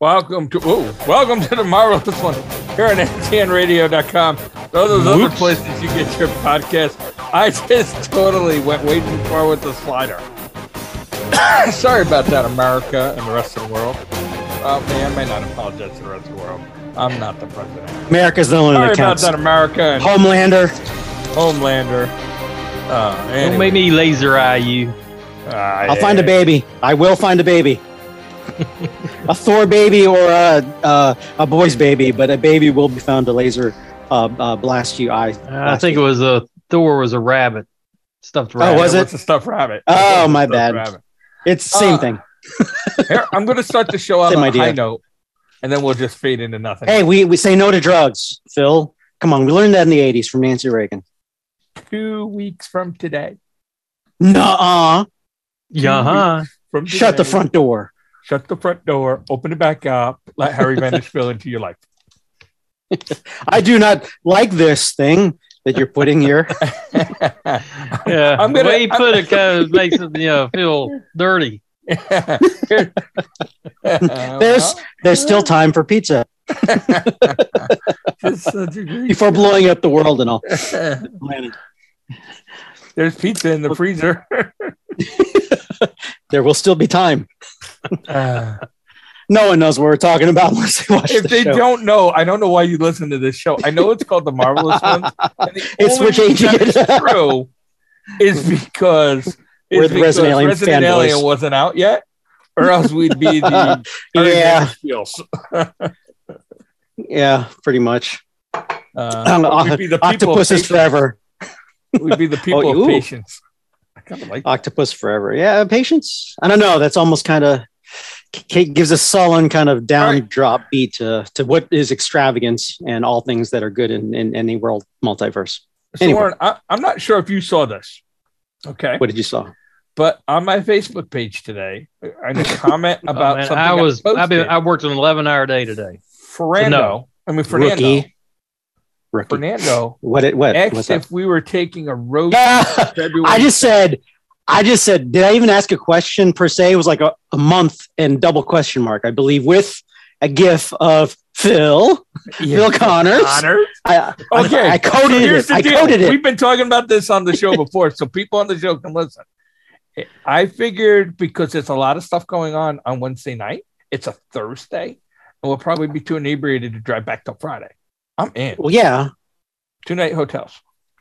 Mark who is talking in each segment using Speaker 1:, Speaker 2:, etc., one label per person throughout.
Speaker 1: Welcome to oh, welcome to the marvelous one here on ntnradio.com. Those are the other
Speaker 2: Whoops.
Speaker 1: places you get your podcast. I just totally went way too far with the slider. Sorry about that, America and the rest of the world. Uh, man, I may not apologize to the rest of the world. I'm not the president.
Speaker 2: America's the only one
Speaker 1: Sorry
Speaker 2: that
Speaker 1: about
Speaker 2: counts.
Speaker 1: that, America and
Speaker 2: Homelander.
Speaker 1: Homelander. Uh,
Speaker 3: Don't make me laser eye you.
Speaker 2: I'll find a baby. I will find a baby. a Thor baby or a uh, a boy's baby, but a baby will be found to laser uh, uh, blast you eye.
Speaker 3: I think it was a Thor was a rabbit, stuffed rabbit.
Speaker 2: Oh, was it?
Speaker 1: What's a stuffed rabbit?
Speaker 2: Oh,
Speaker 1: What's a
Speaker 2: my
Speaker 1: stuffed
Speaker 2: bad.
Speaker 1: rabbit?
Speaker 2: It's the same
Speaker 1: Uh,
Speaker 2: thing.
Speaker 1: Here, I'm going to start the show on
Speaker 2: Same
Speaker 1: a
Speaker 2: idea.
Speaker 1: high note, and then we'll just fade into nothing.
Speaker 2: Hey, we, we say no to drugs, Phil. Come on, we learned that in the '80s from Nancy Reagan.
Speaker 1: Two weeks from today.
Speaker 2: Nuh-uh.
Speaker 3: Yeah, huh?
Speaker 1: From
Speaker 2: Shut the
Speaker 1: today,
Speaker 2: front door.
Speaker 1: Shut the front door. Open it back up. Let Harry Vanish fill into your life.
Speaker 2: I do not like this thing that you're putting here.
Speaker 3: Yeah.
Speaker 1: I'm
Speaker 3: I'm
Speaker 1: gonna-
Speaker 3: the way he
Speaker 1: I'm-
Speaker 3: put it kind of makes it you know, feel dirty.
Speaker 1: There's
Speaker 2: There's still time for pizza before blowing up the world and all.
Speaker 1: There's pizza in the freezer.
Speaker 2: There will still be time. No one knows what we're talking about unless they Uh, watch
Speaker 1: if
Speaker 2: the
Speaker 1: they
Speaker 2: show.
Speaker 1: don't know, I don't know why you listen to this show. I know it's called The Marvelous Ones. and the
Speaker 2: It's
Speaker 1: only
Speaker 2: we're changing
Speaker 1: reason
Speaker 2: it.
Speaker 1: that's true is because is
Speaker 2: We're the Resident Alien fanboys.
Speaker 1: wasn't out yet, or else we'd be the
Speaker 2: yeah,
Speaker 1: feels.
Speaker 2: yeah, pretty much.
Speaker 1: Uh,
Speaker 2: Um,
Speaker 1: we'd be the people. of
Speaker 2: Octopuses
Speaker 1: patience.
Speaker 2: forever.
Speaker 1: We'd be the people
Speaker 2: Oh,
Speaker 1: of
Speaker 2: ooh.
Speaker 1: patience. I kind of like.
Speaker 2: Octopus forever. Yeah, patience. I don't know. That's almost kind of gives a sullen kind of down
Speaker 1: Right.
Speaker 2: drop beat to, to what is extravagance and all things that are good in, in any world multiverse.
Speaker 1: So
Speaker 2: anyway.
Speaker 1: Warren, I, I'm not sure if you saw this. Okay,
Speaker 2: What did you saw?
Speaker 1: but on my Facebook page today, I had a comment
Speaker 3: Oh,
Speaker 1: about
Speaker 3: man,
Speaker 1: something
Speaker 3: I was I've been
Speaker 1: posted.
Speaker 3: I worked an eleven hour day today.
Speaker 1: Fernando.
Speaker 3: No.
Speaker 1: I mean Fernando.
Speaker 2: Rookie. Rookie.
Speaker 1: Fernando
Speaker 2: What it what?
Speaker 1: asked
Speaker 2: What's that?
Speaker 1: if we were taking a road
Speaker 2: Yeah.
Speaker 1: trip February.
Speaker 2: I just said, I just said, did I even ask a question per se? It was like a, a month and double question mark, I believe, with a gif of Phil, Phil Connors.
Speaker 1: Connor.
Speaker 2: I, I-
Speaker 1: Okay,
Speaker 2: I, coded
Speaker 1: Here's
Speaker 2: it.
Speaker 1: the
Speaker 2: I
Speaker 1: deal.
Speaker 2: coded it.
Speaker 1: We've been talking about this on the show before, so people on the show can listen. I figured because there's a lot of stuff going on on Wednesday night, it's a Thursday, and we'll probably be too inebriated to drive back till Friday. I'm in
Speaker 2: Well, yeah.
Speaker 1: two night hotels.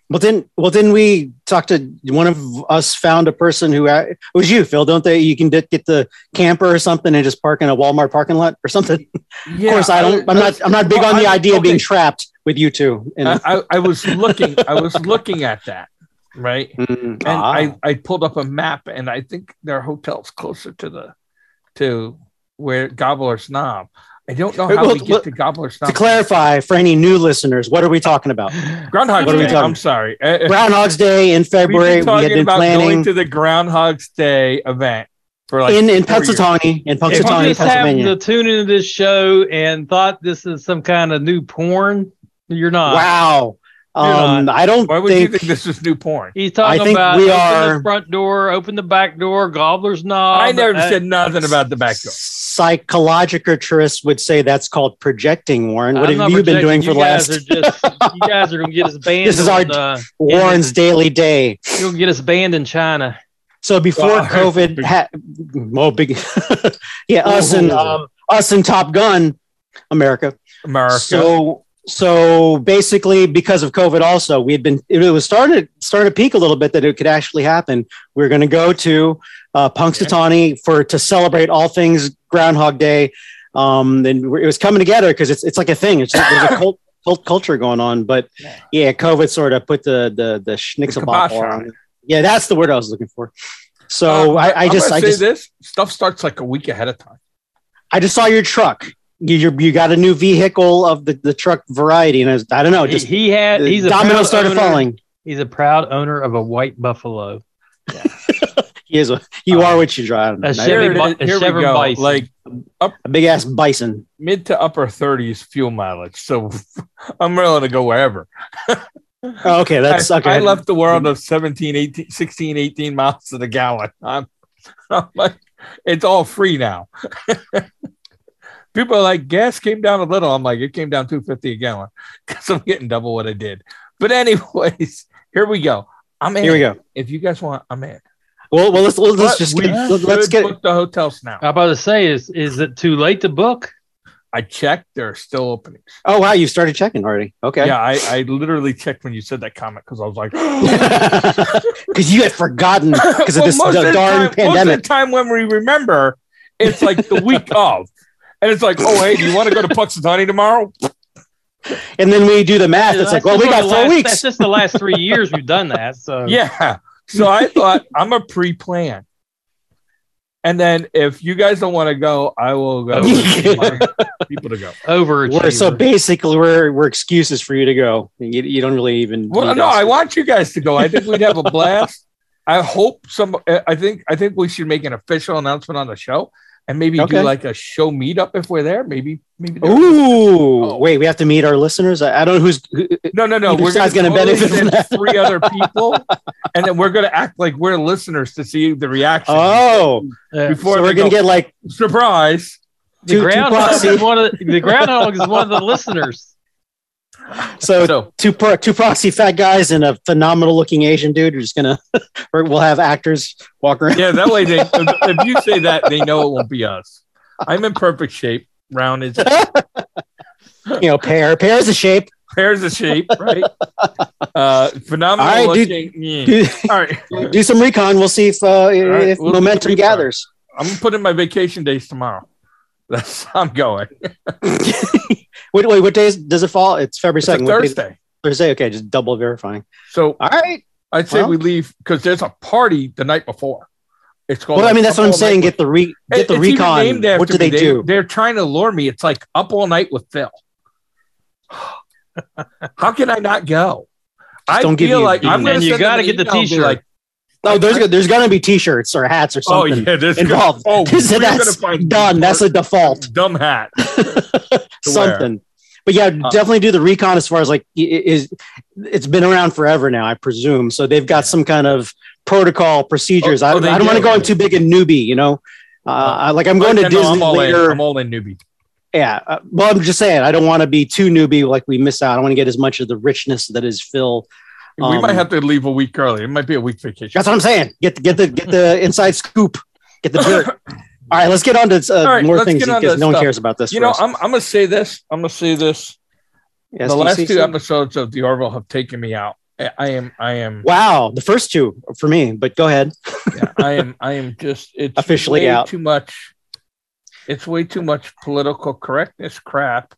Speaker 2: Well, then, well, then we talked to one of us found a person who uh, it was you, Phil. Don't they? You can get get the camper or something and just park in a Walmart parking lot or something.
Speaker 1: Yeah,
Speaker 2: of course, I don't. I'm not. I'm not big on the idea of being
Speaker 1: trapped.
Speaker 2: trapped with you two. And,
Speaker 1: I, I- I was looking. I was looking at that. Right.
Speaker 2: Mm,
Speaker 1: and
Speaker 2: ah.
Speaker 1: I, I pulled up a map and I think their hotel's closer to the to where Gobbler Snob. I don't know
Speaker 2: Wait,
Speaker 1: how
Speaker 2: well,
Speaker 1: we get
Speaker 2: well,
Speaker 1: to Gobbler Snob.
Speaker 2: to clarify for any new listeners, what are we talking about?
Speaker 1: Groundhog
Speaker 2: What are we
Speaker 1: Day.
Speaker 2: talking-
Speaker 1: I'm sorry. Uh, uh,
Speaker 2: Groundhog's Day in
Speaker 1: we've been
Speaker 2: February. We had
Speaker 1: talking
Speaker 2: been
Speaker 1: about going
Speaker 2: planning
Speaker 1: to the Groundhog's Day event for like
Speaker 2: in in
Speaker 1: four years.
Speaker 2: Punxsutawney, in
Speaker 3: If you
Speaker 2: Punxsutawney,
Speaker 3: just happened
Speaker 2: Pennsylvania.
Speaker 3: to tune into this show and thought this is some kind of new porn, you're not.
Speaker 2: Wow. Um, I don't
Speaker 1: uh, Why would you think
Speaker 2: think,
Speaker 1: this is new porn?
Speaker 3: He's talking
Speaker 2: I think
Speaker 3: about
Speaker 2: we
Speaker 3: open
Speaker 2: are-
Speaker 3: the front door, open the back door, gobbler's knob.
Speaker 1: I never
Speaker 3: uh,
Speaker 1: said nothing about the back door.
Speaker 2: psychologists would say that's called projecting, Warren. What
Speaker 3: I'm
Speaker 2: have
Speaker 3: not
Speaker 2: you been
Speaker 3: projecting.
Speaker 2: doing for
Speaker 3: you
Speaker 2: the last
Speaker 3: Guys are just, you guys are gonna get us banned.
Speaker 2: This is our-
Speaker 3: on, uh,
Speaker 2: Warren's daily day?
Speaker 3: you're gonna get us banned in China.
Speaker 2: So before
Speaker 1: Wow.
Speaker 2: COVID, ha- well, big, yeah, us and
Speaker 1: Ooh.
Speaker 2: um, us and Top Gun, America.
Speaker 1: America.
Speaker 2: So so basically because of COVID also we had been it was started started to peak a little bit that it could actually happen. We are gonna go to uh Punxsutawney for to celebrate all things Groundhog Day. Um and it was coming together because it's it's like a thing. It's there's a cult, cult culture going on. But
Speaker 1: Yeah.
Speaker 2: yeah, COVID sort of put the the the schnitzel
Speaker 1: kibosh
Speaker 2: bobble
Speaker 1: on
Speaker 2: on. it. Yeah, that's the word I was looking for. So
Speaker 1: Uh,
Speaker 2: I, I
Speaker 1: I'm
Speaker 2: just
Speaker 1: gonna
Speaker 2: I
Speaker 1: say
Speaker 2: just
Speaker 1: this stuff starts like a week ahead of time.
Speaker 2: I just saw your truck. You you you got a new vehicle of the, the truck variety, and I, was, I don't know,
Speaker 3: he,
Speaker 2: oh, just
Speaker 3: he
Speaker 1: Uh,
Speaker 3: had.
Speaker 2: the
Speaker 3: He's a
Speaker 2: dominoes
Speaker 3: proud
Speaker 2: started
Speaker 3: owner-
Speaker 2: falling.
Speaker 3: He's a proud owner of a white buffalo.
Speaker 2: He is a, you
Speaker 1: Um,
Speaker 2: are what you drive.
Speaker 3: a
Speaker 2: I-
Speaker 3: Chevy
Speaker 1: Here, it
Speaker 3: bi-
Speaker 1: is.
Speaker 3: a
Speaker 1: Here we
Speaker 3: Chevron
Speaker 1: go.
Speaker 3: Bison.
Speaker 1: Like
Speaker 2: a big ass bison.
Speaker 1: mid to upper 30s fuel mileage. So I'm willing to go wherever.
Speaker 2: Oh, okay, that's
Speaker 1: I,
Speaker 2: okay.
Speaker 1: I left the world of 17, 18, 16, 18 miles to the gallon. I'm, I'm like, it's all free now. People are like, gas came down a little. I'm like, it came down 250 a gallon because I'm getting double what I did. But anyways, here we go. I'm in.
Speaker 2: Here we go.
Speaker 1: If you guys want, I'm in.
Speaker 2: Well, well, let's let's, let's
Speaker 1: But
Speaker 2: just
Speaker 1: we
Speaker 2: get, let- let's
Speaker 1: should
Speaker 2: get. Uh,
Speaker 1: book the hotels now.
Speaker 3: I'm about to say, is is it too late to book?
Speaker 1: I checked; they're still openings.
Speaker 2: Oh wow, you started checking already. Okay.
Speaker 1: Yeah, I, I literally checked when you said that comment because I was like,
Speaker 2: Because you had forgotten because of
Speaker 1: Well,
Speaker 2: this
Speaker 1: most
Speaker 2: the
Speaker 1: the
Speaker 2: darn
Speaker 1: time- Most of
Speaker 2: pandemic.
Speaker 1: the time when we remember, it's like the week of. And it's like, oh, hey, do you want to go to Puxatani tomorrow?
Speaker 2: And then we do the math. It's
Speaker 3: That's
Speaker 2: like,
Speaker 3: just
Speaker 2: well, we
Speaker 3: one
Speaker 2: got
Speaker 3: of the
Speaker 2: four
Speaker 3: last-
Speaker 2: weeks.
Speaker 3: That's just the last three years we've done that.
Speaker 2: Oh.
Speaker 3: So
Speaker 1: Yeah. So I thought I'm a pre plan. And then if you guys don't want to go, I will go. with people to go.
Speaker 3: over.
Speaker 2: We're- so basically, we're we're excuses for you to go. You, you don't really even.
Speaker 1: Well,
Speaker 2: need
Speaker 1: no,
Speaker 2: us.
Speaker 1: I want you guys to go. I think we'd have a blast. I hope some. I think I think we should make an official announcement on the show, and maybe
Speaker 2: Okay.
Speaker 1: do like a show meetup if we're there. Maybe maybe. there-
Speaker 2: Ooh, Oh. wait, we have to meet our listeners. I, I don't know who's. Who,
Speaker 1: No, no, no.
Speaker 2: Either
Speaker 1: We're going
Speaker 2: side's
Speaker 1: to
Speaker 2: gonna benefit from that.
Speaker 1: three other people, and then we're going to act like we're listeners to see the reaction.
Speaker 2: oh,
Speaker 3: Yeah.
Speaker 1: before
Speaker 2: so we're
Speaker 1: they
Speaker 2: gonna
Speaker 1: go,
Speaker 2: get like
Speaker 1: surprise.
Speaker 3: the
Speaker 2: two- two
Speaker 3: groundhog
Speaker 2: proxy.
Speaker 3: is one of the, the groundhog is one of the listeners.
Speaker 2: so,
Speaker 1: So
Speaker 2: two pro, two proxy fat guys and a phenomenal looking Asian dude. We're just gonna. or we'll have actors walk around.
Speaker 1: yeah, that way they if, if you say that they know it won't be us. I'm in perfect shape. Round is
Speaker 2: You know, pear. Pear is a shape.
Speaker 1: pairs of shape, right? Uh, phenomenal.
Speaker 2: All right, dude.
Speaker 1: looking. Yeah.
Speaker 2: Do,
Speaker 1: All right,
Speaker 2: do some recon. We'll see if uh,
Speaker 1: right,
Speaker 2: if
Speaker 1: we'll do
Speaker 2: momentum
Speaker 1: recon.
Speaker 2: gathers.
Speaker 1: I'm putting my vacation days tomorrow. That's I'm going.
Speaker 2: Wait, wait, what day is, does it fall? It's February
Speaker 1: It's a
Speaker 2: second.
Speaker 1: Thursday.
Speaker 2: Thursday. Okay, just double verifying.
Speaker 1: So
Speaker 2: All right.
Speaker 1: I'd say
Speaker 2: Well-
Speaker 1: we leave because there's a party the night before. It's called.
Speaker 2: Well, I
Speaker 1: like,
Speaker 2: mean, that's what I'm
Speaker 1: Up All
Speaker 2: saying.
Speaker 1: Night
Speaker 2: Get the re
Speaker 1: with-
Speaker 2: get the
Speaker 1: It's even
Speaker 2: recon.
Speaker 1: named after
Speaker 2: What do they
Speaker 1: me.
Speaker 2: do?
Speaker 1: They're trying to lure me. It's like up all night with Phil. How can I not go? I
Speaker 2: don't give
Speaker 1: feel
Speaker 2: you-
Speaker 1: like I'm
Speaker 3: And
Speaker 1: going
Speaker 3: you gotta get the t-shirt.
Speaker 1: Like,
Speaker 2: Oh, there's go- there's gonna be t-shirts or hats or
Speaker 1: oh
Speaker 2: something
Speaker 1: yeah, this
Speaker 2: involved.
Speaker 1: Oh,
Speaker 2: This-
Speaker 1: we're gonna
Speaker 2: that's
Speaker 1: find
Speaker 2: done. That's a default.
Speaker 1: dumb hat.
Speaker 2: something. But yeah,
Speaker 1: Uh.
Speaker 2: definitely do the recon as far as like i- i- is it's been around forever now, I presume. So they've got some kind of protocol procedures.
Speaker 1: Oh,
Speaker 2: I,
Speaker 1: oh, they
Speaker 2: I don't want to
Speaker 1: do.
Speaker 2: go in too big a newbie, you know. Uh, I- like I'm going
Speaker 1: Yeah,
Speaker 2: to
Speaker 1: no,
Speaker 2: Disney
Speaker 1: I'm all
Speaker 2: later.
Speaker 1: in. I'm all in newbie.
Speaker 2: Yeah. Uh, well, I'm just saying I don't want to be too newbie, like we miss out. I want to get as much of the richness that is Phil.
Speaker 1: we
Speaker 2: Um,
Speaker 1: might have to leave a week early. It might be a week vacation.
Speaker 2: That's what I'm saying. Get the, get the get the inside scoop. Get the dirt. All right, let's get on to uh,
Speaker 1: All right,
Speaker 2: more
Speaker 1: let's
Speaker 2: things
Speaker 1: get on to
Speaker 2: because no one
Speaker 1: stuff.
Speaker 2: cares about this.
Speaker 1: you
Speaker 2: for
Speaker 1: know,
Speaker 2: us.
Speaker 1: I'm, I'm gonna say this. I'm gonna say this. the last
Speaker 2: SDCC?
Speaker 1: two episodes of the Orville have taken me out. I, I am, I am,
Speaker 2: Wow, the first two for me, but go ahead.
Speaker 1: yeah, I am, I am just it's
Speaker 2: Officially
Speaker 1: way
Speaker 2: out.
Speaker 1: Too much. It's way too much political correctness crap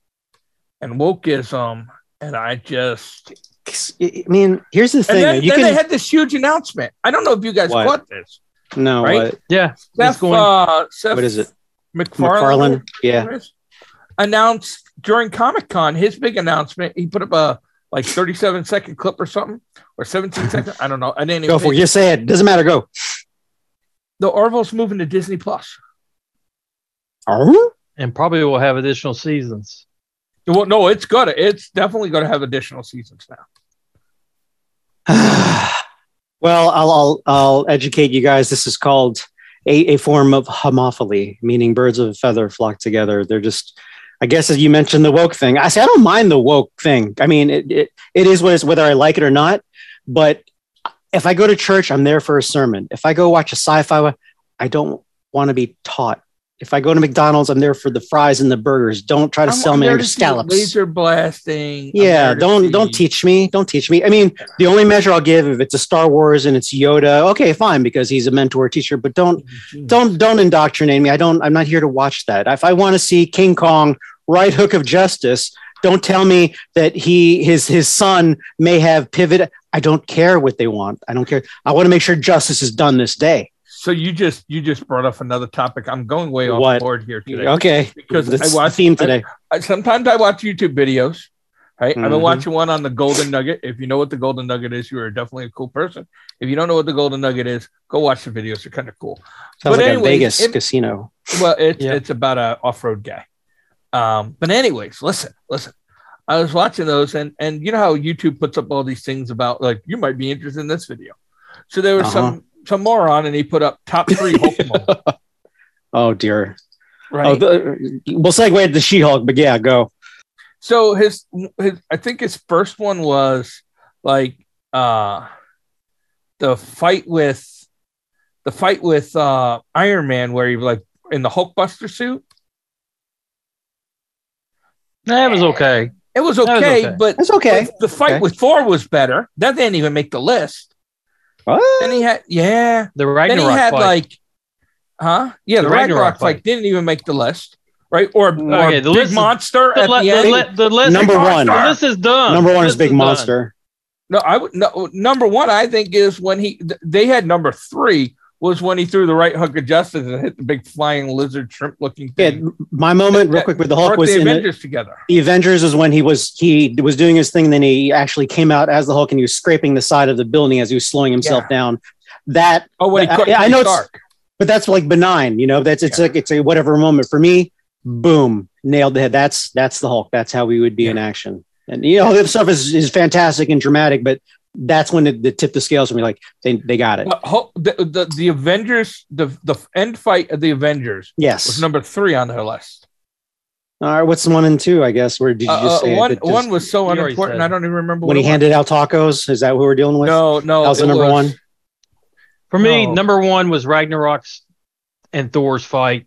Speaker 1: and wokeism, and I just.
Speaker 2: 'Cause, I I mean, here's the
Speaker 1: And
Speaker 2: thing:
Speaker 1: then,
Speaker 2: you
Speaker 1: then
Speaker 2: can
Speaker 1: they had this huge announcement. I don't know if you guys
Speaker 2: What?
Speaker 1: caught this.
Speaker 2: no,
Speaker 1: right?
Speaker 2: uh,
Speaker 3: Yeah,
Speaker 1: Seth,
Speaker 3: going-
Speaker 1: uh, Seth
Speaker 2: what is it,
Speaker 1: McFarlane.
Speaker 2: McFarland? Yeah,
Speaker 1: announced during Comic Con his big announcement. He put up a like 37 second clip or something, or 17 second. I don't know. I didn't
Speaker 2: go
Speaker 1: even
Speaker 2: for it.
Speaker 1: pay-
Speaker 2: Just say it. Doesn't matter. Go.
Speaker 1: the Orville's moving to Disney Plus.
Speaker 2: Oh,
Speaker 3: and probably we'll have additional seasons.
Speaker 1: Well, no, it's gonna. It's definitely gonna have additional seasons now.
Speaker 2: well, I'll, I'll I'll educate you guys. This is called a, a form of homophily, meaning birds of a feather flock together. They're just, I guess, as you mentioned, the woke thing. I say I don't mind the woke thing. I mean, it it, it is what it is, whether I like it or not. But if I go to church, I'm there for a sermon. If I go watch a sci-fi, I don't want to be taught. If I go to McDonald's, I'm there for the fries and the burgers. Don't try to
Speaker 1: I'm-
Speaker 2: sell
Speaker 1: I'm
Speaker 2: me
Speaker 1: there
Speaker 2: under
Speaker 1: to see
Speaker 2: scallops.
Speaker 1: Laser blasting. I'm
Speaker 2: Yeah,
Speaker 1: there to
Speaker 2: don't
Speaker 1: see-
Speaker 2: don't teach me. Don't teach me. I mean, the only measure I'll give if it's a Star Wars and it's Yoda, okay, fine, because he's a mentor teacher, but don't don't don't indoctrinate me. I don't I'm not here to watch that. If I want to see King Kong right hook of justice, don't tell me that he his his son may have pivot. I don't care what they want. I don't care. I want to make sure justice is done this day.
Speaker 1: So you just you just brought up another topic. I'm going way off
Speaker 2: What?
Speaker 1: board here today.
Speaker 2: Okay.
Speaker 1: Because
Speaker 2: that's
Speaker 1: I
Speaker 2: the
Speaker 1: watched-
Speaker 2: theme today.
Speaker 1: I, sometimes I watch YouTube videos. Right, I've been
Speaker 2: Mhm.
Speaker 1: watching one on the Golden Nugget. If you know what the Golden Nugget is, you are definitely a cool person. If you don't know what the Golden Nugget is, go watch the videos; they're kind of cool.
Speaker 2: Sounds
Speaker 1: but
Speaker 2: like
Speaker 1: anyways,
Speaker 2: a Vegas
Speaker 1: it-
Speaker 2: casino.
Speaker 1: Well, it's
Speaker 3: Yeah.
Speaker 1: it's about a off-road guy. Um, but anyways, listen, listen. I was watching those, and and you know how YouTube puts up all these things about like you might be interested in this video. So
Speaker 3: Uh-huh. Oh,
Speaker 1: there was some some moron, and he put up top three Hulk moments.
Speaker 2: Oh dear.
Speaker 1: Right.
Speaker 2: Oh, the, we'll segue to the She-Hulk, but yeah, go.
Speaker 1: so his his I think his first one was like uh the fight with the fight with uh Iron Man where he was like in the Hulkbuster suit.
Speaker 3: That was okay.
Speaker 1: It was
Speaker 3: was
Speaker 1: okay,
Speaker 3: okay.
Speaker 1: but
Speaker 2: That's okay.
Speaker 1: but the fight
Speaker 2: Okay.
Speaker 1: with Thor was better. That didn't even make the list. Then
Speaker 2: What?
Speaker 1: he had yeah.
Speaker 3: The
Speaker 1: Then
Speaker 3: Ragnarok
Speaker 1: he had
Speaker 3: fight.
Speaker 1: like huh? Yeah, the,
Speaker 3: The
Speaker 1: Ragnarok,
Speaker 3: Ragnarok
Speaker 1: fight
Speaker 3: fight.
Speaker 1: didn't even make the list. Right? Or, or
Speaker 3: Okay, the
Speaker 1: Big
Speaker 3: list is-
Speaker 1: Monster
Speaker 3: the,
Speaker 1: at
Speaker 3: le-
Speaker 1: the
Speaker 3: the,
Speaker 1: end.
Speaker 3: le- the list
Speaker 2: Number one.
Speaker 3: The list is done.
Speaker 2: Number one is
Speaker 3: List
Speaker 2: Big
Speaker 3: done.
Speaker 2: Monster.
Speaker 1: No, I would no number one. I think is when he th- they had number three was when he threw the right hook of justice and hit the big flying lizard shrimp looking
Speaker 2: Yeah,
Speaker 1: thing.
Speaker 2: my moment real quick with the Hulk
Speaker 1: Brought
Speaker 2: was
Speaker 1: the
Speaker 2: in the,
Speaker 1: Avengers together.
Speaker 2: the Avengers is when he was he was doing his thing, and then he actually came out as the Hulk and he was scraping the side of the building as he was slowing himself
Speaker 1: Yeah.
Speaker 2: down. That,
Speaker 1: Oh, when he
Speaker 2: I-
Speaker 1: caught
Speaker 2: yeah, I know it's-
Speaker 1: Stark.
Speaker 2: but that's like benign, you know. That's it's
Speaker 1: Yeah.
Speaker 2: like it's a whatever moment for me. Boom, nailed the head. That's that's the Hulk. That's how we would be in action. And you know, all the other stuff is, is fantastic and dramatic, but that's when it, the tip the scales for me. Like they they got it.
Speaker 1: But Uh, Hulk- the, the the Avengers the the end fight of the Avengers was
Speaker 2: Yes.
Speaker 1: number three on her list.
Speaker 2: all right. What's one and two? I guess. Where did you
Speaker 1: Uh,
Speaker 2: just
Speaker 1: uh,
Speaker 2: say it?
Speaker 1: one
Speaker 2: It just-
Speaker 1: one was so
Speaker 3: you already
Speaker 1: unimportant.
Speaker 3: said
Speaker 1: I don't even remember
Speaker 2: when
Speaker 1: what
Speaker 2: he
Speaker 1: it was.
Speaker 2: handed out tacos? Is that what we're dealing with?
Speaker 1: No, no,
Speaker 2: that was the
Speaker 1: it
Speaker 2: number one.
Speaker 3: For me,
Speaker 1: No.
Speaker 3: number one was Ragnarok's and Thor's fight.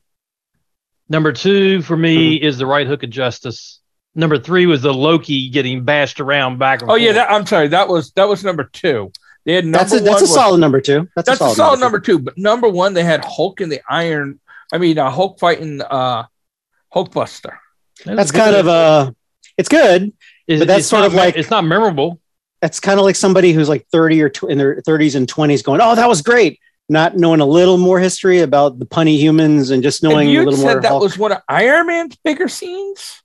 Speaker 3: Number two for me
Speaker 1: Hmm.
Speaker 3: is the right hook of justice. Number three was the Loki getting bashed around back. And
Speaker 1: Oh yeah,
Speaker 3: forth.
Speaker 1: that, I'm sorry. That was that was number two. They had number
Speaker 2: That's a
Speaker 1: one
Speaker 2: that's a
Speaker 1: was-
Speaker 2: solid number two. That's,
Speaker 1: That's, a solid number two. But number one, they had Hulk and the Iron. I mean, uh, Hulk fighting uh, Hulkbuster.
Speaker 3: That was
Speaker 2: That's
Speaker 3: good.
Speaker 2: kind of a. It's good.
Speaker 3: It's-
Speaker 2: but that's
Speaker 3: it's
Speaker 2: sort
Speaker 3: not
Speaker 2: of
Speaker 3: me-
Speaker 2: like-
Speaker 3: it's not memorable.
Speaker 2: That's kind of like somebody who's like thirty or tw- in their thirties and twenties, going, "Oh, that was great," not knowing a little more history about the punny humans and just knowing
Speaker 1: And
Speaker 2: a
Speaker 1: you
Speaker 2: little
Speaker 1: said
Speaker 2: more.
Speaker 1: that
Speaker 2: Hulk.
Speaker 1: was one of Iron Man's bigger scenes,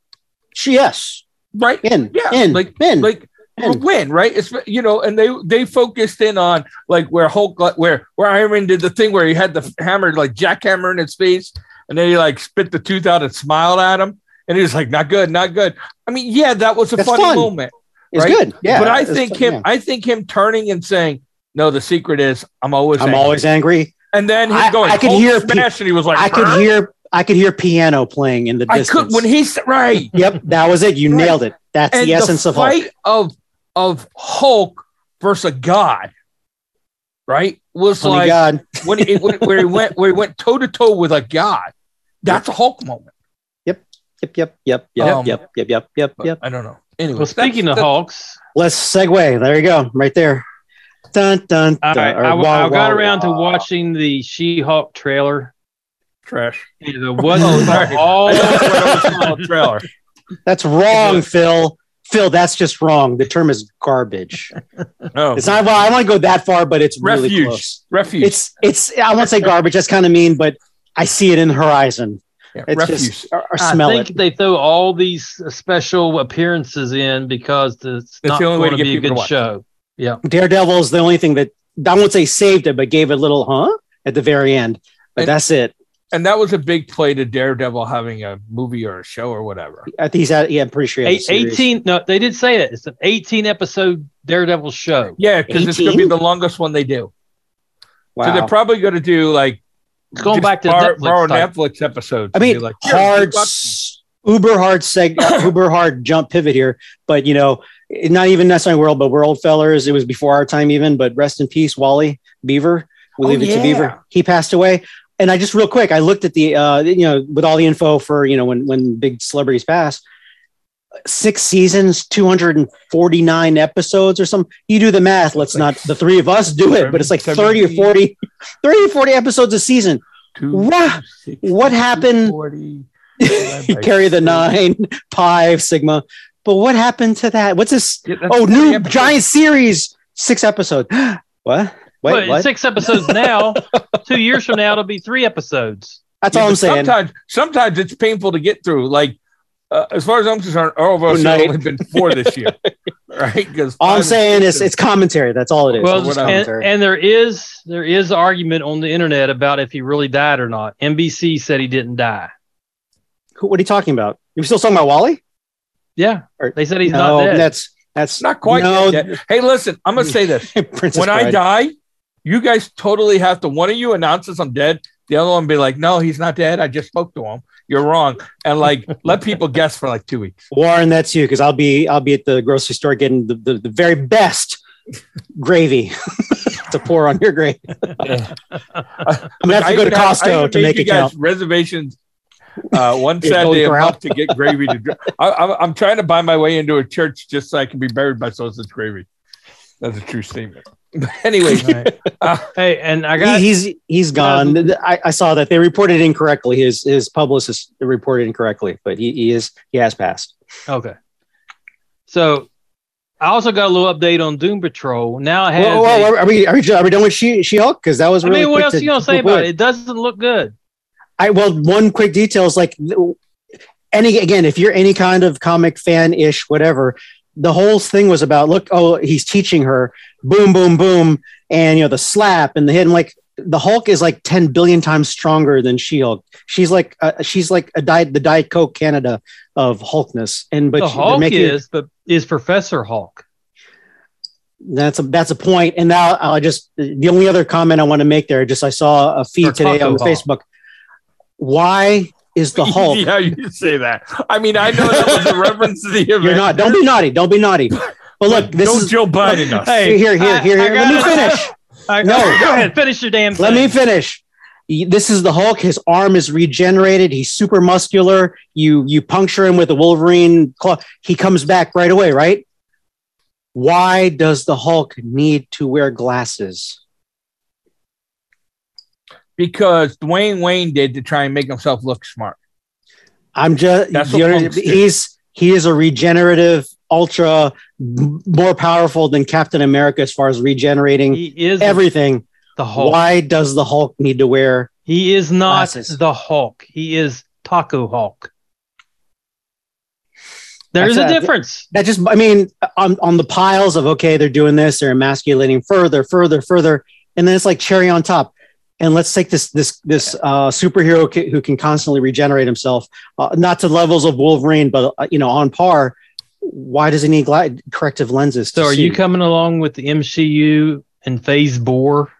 Speaker 2: yes,
Speaker 1: right?
Speaker 2: in
Speaker 1: Yeah,
Speaker 2: in
Speaker 1: like-
Speaker 2: in.
Speaker 1: Like
Speaker 2: in.
Speaker 1: when, right? It's you know, and they they focused in on like where Hulk, like, where where Iron Man did the thing where he had the hammer, like jackhammer in his face, and then he like spit the tooth out and smiled at him, and he was like, "Not good, not good." I mean, yeah, that was a
Speaker 2: That's
Speaker 1: funny
Speaker 2: fun.
Speaker 1: moment.
Speaker 2: it's
Speaker 1: right?
Speaker 2: good. Yeah,
Speaker 1: but I
Speaker 2: It's
Speaker 1: think
Speaker 2: fun,
Speaker 1: him,
Speaker 2: yeah.
Speaker 1: I think him turning and saying, "No, the secret is I'm always."
Speaker 2: I'm
Speaker 1: angry."
Speaker 2: always angry.
Speaker 1: And then he's
Speaker 2: I-
Speaker 1: going.
Speaker 2: I could
Speaker 1: Hulk
Speaker 2: hear
Speaker 1: smash, and he was like,
Speaker 2: I could hear I could hear piano playing in the
Speaker 1: I
Speaker 2: distance.
Speaker 1: could when he's right.
Speaker 2: yep, that was it. You
Speaker 1: Right.
Speaker 2: nailed it. That's
Speaker 1: and
Speaker 2: the essence of Hulk.
Speaker 1: fight of of Hulk versus God, right? Was
Speaker 2: Funny
Speaker 1: like
Speaker 2: God.
Speaker 1: when it, when- where he went where he went toe to toe with a God. That's a Hulk moment.
Speaker 2: Yep, yep, yep, yep,
Speaker 1: Um,
Speaker 2: yep, yep, yep, yep,
Speaker 1: But
Speaker 2: yep.
Speaker 1: I don't know. Anyway,
Speaker 3: Well, speaking of
Speaker 1: that's-
Speaker 3: Hulks,
Speaker 2: Let's segue. There you go, right there. Dun dun.
Speaker 3: I,
Speaker 2: dun
Speaker 3: I,
Speaker 2: Or
Speaker 3: I
Speaker 2: wah,
Speaker 3: got
Speaker 2: wah,
Speaker 3: around to
Speaker 2: wah.
Speaker 3: watching the She-Hulk trailer.
Speaker 1: trash.
Speaker 3: It wasn't
Speaker 1: Oh, sorry.
Speaker 3: all.
Speaker 1: I thought it was a Hulk trailer.
Speaker 2: That's wrong, Phil. Phil, that's just wrong. The term is garbage.
Speaker 1: No,
Speaker 2: It's not. Well, I want to go that far, but it's really
Speaker 1: Refuge.
Speaker 2: close.
Speaker 1: refuge.
Speaker 2: It's. It's. I won't say garbage. That's kind of mean, but I see it in the horizon
Speaker 1: Yeah,
Speaker 2: it's
Speaker 1: refuse.
Speaker 2: just- or, or
Speaker 3: I
Speaker 2: smell
Speaker 3: think
Speaker 2: it.
Speaker 3: they throw all these special appearances in because it's
Speaker 1: That's
Speaker 3: not
Speaker 1: the only way
Speaker 3: going
Speaker 1: to get
Speaker 3: to be a
Speaker 1: people to
Speaker 3: good
Speaker 1: watch.
Speaker 3: show.
Speaker 2: Daredevil is the only thing that I won't say saved it, but gave it a little huh at the very end. But
Speaker 1: And-
Speaker 2: that's it.
Speaker 1: and that was a big play to Daredevil having a movie or a show or whatever.
Speaker 2: I think he's had. Yeah, I'm pretty sure. he had a
Speaker 3: Eight,
Speaker 2: series.
Speaker 3: 18 no they did say that it's an 18 episode daredevil show
Speaker 1: Yeah, because it's going to be
Speaker 2: 18?
Speaker 1: the longest one they do. So
Speaker 2: Wow.
Speaker 1: they're probably going to do like
Speaker 3: it's going
Speaker 1: just
Speaker 3: back to
Speaker 1: borrow,
Speaker 3: Netflix
Speaker 1: borrow
Speaker 3: type.
Speaker 1: Netflix episodes.
Speaker 2: I
Speaker 1: and
Speaker 2: mean,
Speaker 1: be like, "Here,
Speaker 2: hard,
Speaker 1: keep up."
Speaker 2: s- uber hard seg, uh, uber hard jump pivot here. But you know, it- not even necessarily world, but we're old fellers. It was before our time, even. But rest in peace, Wally Beaver. We
Speaker 1: Oh,
Speaker 2: leave it
Speaker 1: yeah.
Speaker 2: to Beaver. He passed away. And I just real quick, I looked at the uh, you know with all the info for you know when when big celebrities pass. Six seasons, two hundred and forty nine episodes, or some. You do the math. Let's not the three of us do it, but it's like thirty or 40, 30 or forty episodes a season.
Speaker 1: Two,
Speaker 2: Wha-
Speaker 1: six,
Speaker 2: what
Speaker 1: two,
Speaker 2: happened-
Speaker 1: forty,
Speaker 2: You carry the nine, pi, sigma. But what happened to that? What's this?
Speaker 1: Yeah, that's
Speaker 2: Oh,
Speaker 1: three
Speaker 2: new
Speaker 1: episodes.
Speaker 2: giant series, six episodes. what? Wait,
Speaker 3: But
Speaker 2: what?
Speaker 3: six episodes now two years from now it'll be three episodes
Speaker 2: That's
Speaker 1: Yeah,
Speaker 2: all
Speaker 1: but
Speaker 2: I'm saying.
Speaker 1: Sometimes, sometimes it's painful to get through. Like, uh, as far as I'm concerned, all of us
Speaker 2: Good
Speaker 1: have
Speaker 2: night.
Speaker 1: only been four this year, right? Because
Speaker 2: All I'm saying is it's commentary. That's all it is.
Speaker 3: well
Speaker 2: It's
Speaker 1: what I-
Speaker 3: and,
Speaker 2: commentary.
Speaker 3: and there is there is argument on the internet about if he really died or not nbc said he didn't die
Speaker 2: Who- what are you talking about? You're still talking about Wally?
Speaker 3: yeah
Speaker 2: Or-
Speaker 3: they said he's
Speaker 2: no,
Speaker 3: not dead
Speaker 2: that's that's
Speaker 1: not quite.
Speaker 2: No,
Speaker 1: dead yet. Hey, listen, I'm gonna say this.
Speaker 2: Princess
Speaker 1: when I
Speaker 2: Bride.
Speaker 1: die, you guys totally have to. One of you announces I'm dead. The other one be like, "No, he's not dead. I just spoke to him." you're wrong. And like, let people guess for like two weeks.
Speaker 2: Warren, that's you because I'll be I'll be at the grocery store getting the, the, the very best gravy to pour on your grain. I'm gonna have to
Speaker 1: I
Speaker 2: go to
Speaker 1: even have- I even
Speaker 2: Costco to
Speaker 1: made
Speaker 2: make
Speaker 1: you
Speaker 2: it count.
Speaker 1: guys reservations uh, one
Speaker 2: Your
Speaker 1: Saturday a
Speaker 2: Golden
Speaker 1: month to get gravy to drink. I, I'm, I'm trying to buy my way into a church just so I can be buried by sausage gravy. That's a true statement. But anyway,
Speaker 3: hey, and I
Speaker 2: He,
Speaker 3: got
Speaker 2: he's he's gone. I, I saw that they reported incorrectly. His his publicist reported incorrectly, but he, he is he has passed.
Speaker 3: okay. So I also got a little update on Doom Patrol. Now it has.
Speaker 2: Whoa,
Speaker 3: a-
Speaker 2: whoa, whoa, are we are we are we done with she she Hulk? Because that was
Speaker 3: I
Speaker 2: really.
Speaker 3: mean, what
Speaker 2: quick
Speaker 3: else
Speaker 2: to-
Speaker 3: you gonna say
Speaker 2: quick.
Speaker 3: about it? It doesn't look good.
Speaker 2: I well, one quick detail is like any again, if you're any kind of comic fan ish, whatever, the whole thing was about look, oh, he's teaching her, boom, boom, boom, and you know the slap and the hit, and like the Hulk is like ten billion times stronger than She Hulk. She's like uh, she's like a diet the Diet Coke Canada of Hulkness, and but
Speaker 3: the
Speaker 2: she- they're
Speaker 3: Hulk
Speaker 2: making it-
Speaker 3: is, but is Professor Hulk?
Speaker 2: that's a that's a point. And now I just the only other comment I want to make there, just I saw a
Speaker 3: Or
Speaker 2: feed today
Speaker 3: Taco
Speaker 2: on
Speaker 3: Hulk.
Speaker 2: Facebook. Why is the Hulk?
Speaker 1: Yeah, you say that. I mean, I know that was a reference to the event.
Speaker 2: You're not. Don't be naughty. Don't be naughty. But look, this
Speaker 1: no
Speaker 2: is
Speaker 1: Joe Biden. us.
Speaker 3: Hey,
Speaker 2: here, here,
Speaker 3: I-
Speaker 2: here,
Speaker 3: I
Speaker 2: here. Let me
Speaker 3: gotta-
Speaker 2: finish.
Speaker 3: I,
Speaker 2: No.
Speaker 3: go ahead, finish your damn.
Speaker 2: Let me
Speaker 3: thing.
Speaker 2: finish. Y- This is the Hulk. His arm is regenerated. He's super muscular. You you puncture him with a Wolverine claw. He comes back right away. Right? Why does the Hulk need to wear glasses?
Speaker 1: because Dwayne Wayne did to try and make himself look smart.
Speaker 2: I'm just
Speaker 1: That's
Speaker 2: you
Speaker 1: what
Speaker 2: know,
Speaker 1: punks do.
Speaker 2: he's he is a regenerative, ultra, m- more powerful than Captain America as far as regenerating
Speaker 3: He is
Speaker 2: everything.
Speaker 3: the Hulk.
Speaker 2: Why does the Hulk need to wear
Speaker 3: He is not
Speaker 2: Glasses.
Speaker 3: the Hulk. He is Taco Hulk. There's
Speaker 2: That's
Speaker 3: a
Speaker 2: it.
Speaker 3: difference.
Speaker 2: that just i mean on, on the piles of okay they're doing this they're emasculating further further further and then it's like cherry on top and let's take this this this uh, superhero ki- who can constantly regenerate himself uh, not to levels of wolverine but uh, you know on par why does he need gla- corrective lenses to
Speaker 3: So are
Speaker 2: see?
Speaker 3: you coming along with the MCU and Phase Four?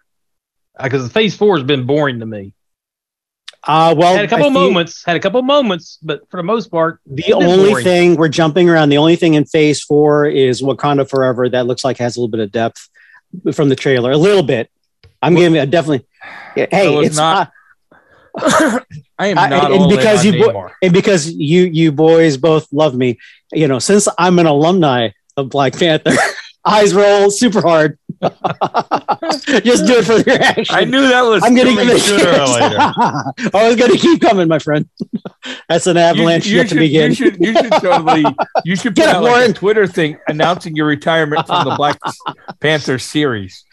Speaker 3: Because Phase Four has been boring to me.
Speaker 2: uh, well
Speaker 3: had a couple
Speaker 2: I think
Speaker 3: moments. Had a couple moments, but for the most part,
Speaker 2: the only
Speaker 3: boring.
Speaker 2: thing we're jumping around the only thing in phase four is wakanda forever that looks like has a little bit of depth from the trailer a little bit i'm giving it definitely hey
Speaker 1: So it's
Speaker 2: it's
Speaker 1: not-
Speaker 2: not
Speaker 1: I am
Speaker 2: I-
Speaker 1: not
Speaker 2: and
Speaker 1: all
Speaker 2: because
Speaker 1: in
Speaker 2: you
Speaker 1: on
Speaker 2: bo-
Speaker 1: Namor.
Speaker 2: and because you you boys both love me, you know, since I'm an alumni of Black Panther, eyes roll super hard. Just do it for your action.
Speaker 1: I knew that was
Speaker 2: I'm gonna give
Speaker 1: coming
Speaker 2: it
Speaker 1: sooner or later.
Speaker 2: I was gonna keep coming, my friend. That's an
Speaker 1: You-
Speaker 2: avalanche
Speaker 1: you
Speaker 2: yet to
Speaker 1: should-
Speaker 2: begin.
Speaker 1: You should, you should totally you should
Speaker 2: Get
Speaker 1: put
Speaker 2: up,
Speaker 1: out like a
Speaker 2: Warren.
Speaker 1: Twitter thing announcing your retirement from the Black Panther series.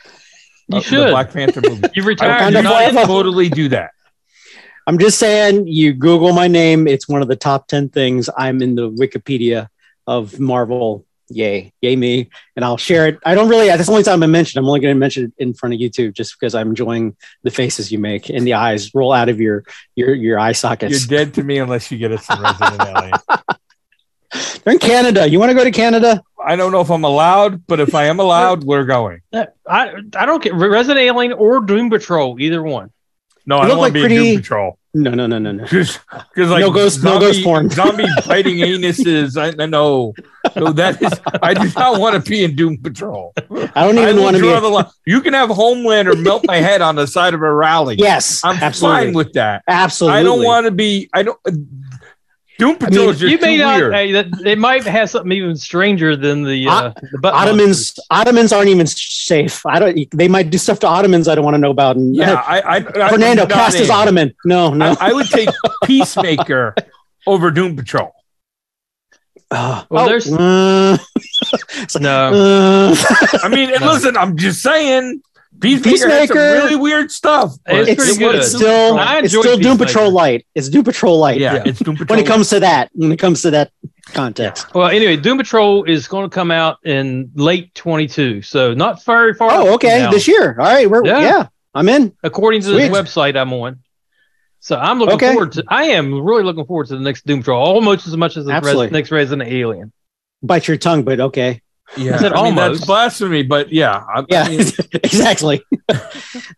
Speaker 3: You
Speaker 1: uh,
Speaker 3: should.
Speaker 1: The Black Panther movie.
Speaker 3: you
Speaker 1: I
Speaker 3: retired.
Speaker 1: would
Speaker 2: Wakanda
Speaker 3: You're not
Speaker 1: not
Speaker 2: forever.
Speaker 1: totally do that.
Speaker 2: I'm just saying, you Google my name; it's one of the top ten things. I'm in the Wikipedia of Marvel. Yay, yay me! And I'll share it. I don't really. That's the only time I mention. it. I'm only going to mention it in front of you two, just because I'm enjoying the faces you make and the eyes roll out of your your your eye sockets.
Speaker 1: You're dead to me unless you get us some Resident Alien.
Speaker 2: They're in Canada. You want to go to Canada?
Speaker 1: I don't know if I'm allowed, but if I am allowed, we're going.
Speaker 3: I I don't care. Resident Alien or Doom Patrol, either one.
Speaker 1: No,
Speaker 2: You
Speaker 1: I
Speaker 2: look
Speaker 1: don't want to
Speaker 2: like
Speaker 1: be in
Speaker 2: pretty-
Speaker 1: Doom Patrol.
Speaker 2: No, no, no, no, no.
Speaker 1: Because like
Speaker 2: No ghost- no
Speaker 1: zombie,
Speaker 2: ghost porn.
Speaker 1: zombie biting anuses. I, I know. So that is, I do not want to be in Doom Patrol.
Speaker 2: I don't
Speaker 1: I
Speaker 2: even
Speaker 1: will
Speaker 2: want to be.
Speaker 1: draw the line. You can have Homelander melt my head on the side of a rally.
Speaker 2: yes,
Speaker 1: I'm
Speaker 2: absolutely,
Speaker 1: fine with that.
Speaker 2: absolutely.
Speaker 1: I don't want to be. I don't. Doom Patrol is just
Speaker 3: you may
Speaker 1: too
Speaker 3: not.
Speaker 1: weird.
Speaker 3: Hey, that, they might have something even stranger than the, uh, the butt
Speaker 2: Ottomans, Ottomans aren't even safe. I don't. They might do stuff to Ottomans I don't want to know about. And
Speaker 1: yeah, I, I, I
Speaker 2: Fernando
Speaker 1: I'm not
Speaker 2: cast his
Speaker 1: in.
Speaker 2: ottoman. No, no.
Speaker 1: I, I would take Peacemaker over Doom Patrol.
Speaker 2: Ah.
Speaker 3: Well,
Speaker 2: Oh,
Speaker 3: there's-
Speaker 2: uh,
Speaker 3: monster. No,
Speaker 2: uh,
Speaker 1: I mean, and
Speaker 3: No.
Speaker 1: listen, I'm just saying, Peacemaker, had some
Speaker 2: Peacemaker-
Speaker 1: really weird stuff. but-
Speaker 3: It's
Speaker 2: it's,
Speaker 3: pretty good.
Speaker 2: it's still
Speaker 3: I
Speaker 2: it's
Speaker 3: enjoyed
Speaker 2: still Doom
Speaker 3: Peacemaker.
Speaker 2: Patrol light. It's Doom Patrol light.
Speaker 1: yeah,
Speaker 3: yeah.
Speaker 1: it's Doom Patrol.
Speaker 2: When it comes to that, when it comes to that context.
Speaker 3: Well, anyway, Doom Patrol is going to come out in late 22, so not very far.
Speaker 2: Oh, okay.
Speaker 3: now,
Speaker 2: This year. All right. We're
Speaker 3: Yeah.
Speaker 2: yeah. I'm in.
Speaker 3: according to the
Speaker 2: Sweet.
Speaker 3: website I'm on. So I'm looking
Speaker 2: Okay.
Speaker 3: forward to. I am really looking forward to the next Doom Patrol, almost as much as the res,
Speaker 2: Absolutely.
Speaker 3: next Resident Alien.
Speaker 2: Bite your tongue, but okay.
Speaker 1: Yeah,
Speaker 3: I
Speaker 1: mean,
Speaker 3: said
Speaker 1: that's
Speaker 3: almost.
Speaker 1: blasphemy, but yeah, I,
Speaker 2: Yeah,
Speaker 1: I mean,
Speaker 2: exactly.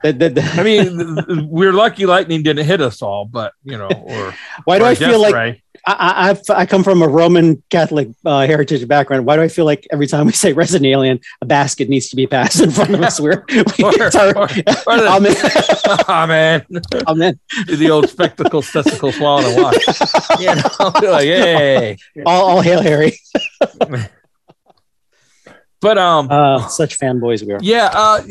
Speaker 2: That- that- that-
Speaker 1: I mean, th- th- we're lucky lightning didn't hit us all, but you know, or
Speaker 2: why do
Speaker 1: or
Speaker 2: I
Speaker 1: death
Speaker 2: feel like
Speaker 1: ray.
Speaker 2: I, I, I've- I come from a Roman Catholic uh, heritage background? Why do I feel like every time we say resident alien, a basket needs to be passed in front of us? We're, we,
Speaker 1: Or-
Speaker 2: it's our,
Speaker 1: or- or the-
Speaker 2: Amen.
Speaker 1: Ah, man,
Speaker 2: Amen.
Speaker 1: do the old spectacle, testicle, swallow the watch. You know, You're like, hey.
Speaker 2: All, all hail Harry.
Speaker 1: But um,
Speaker 2: Uh, such fanboys we are.
Speaker 1: yeah, uh,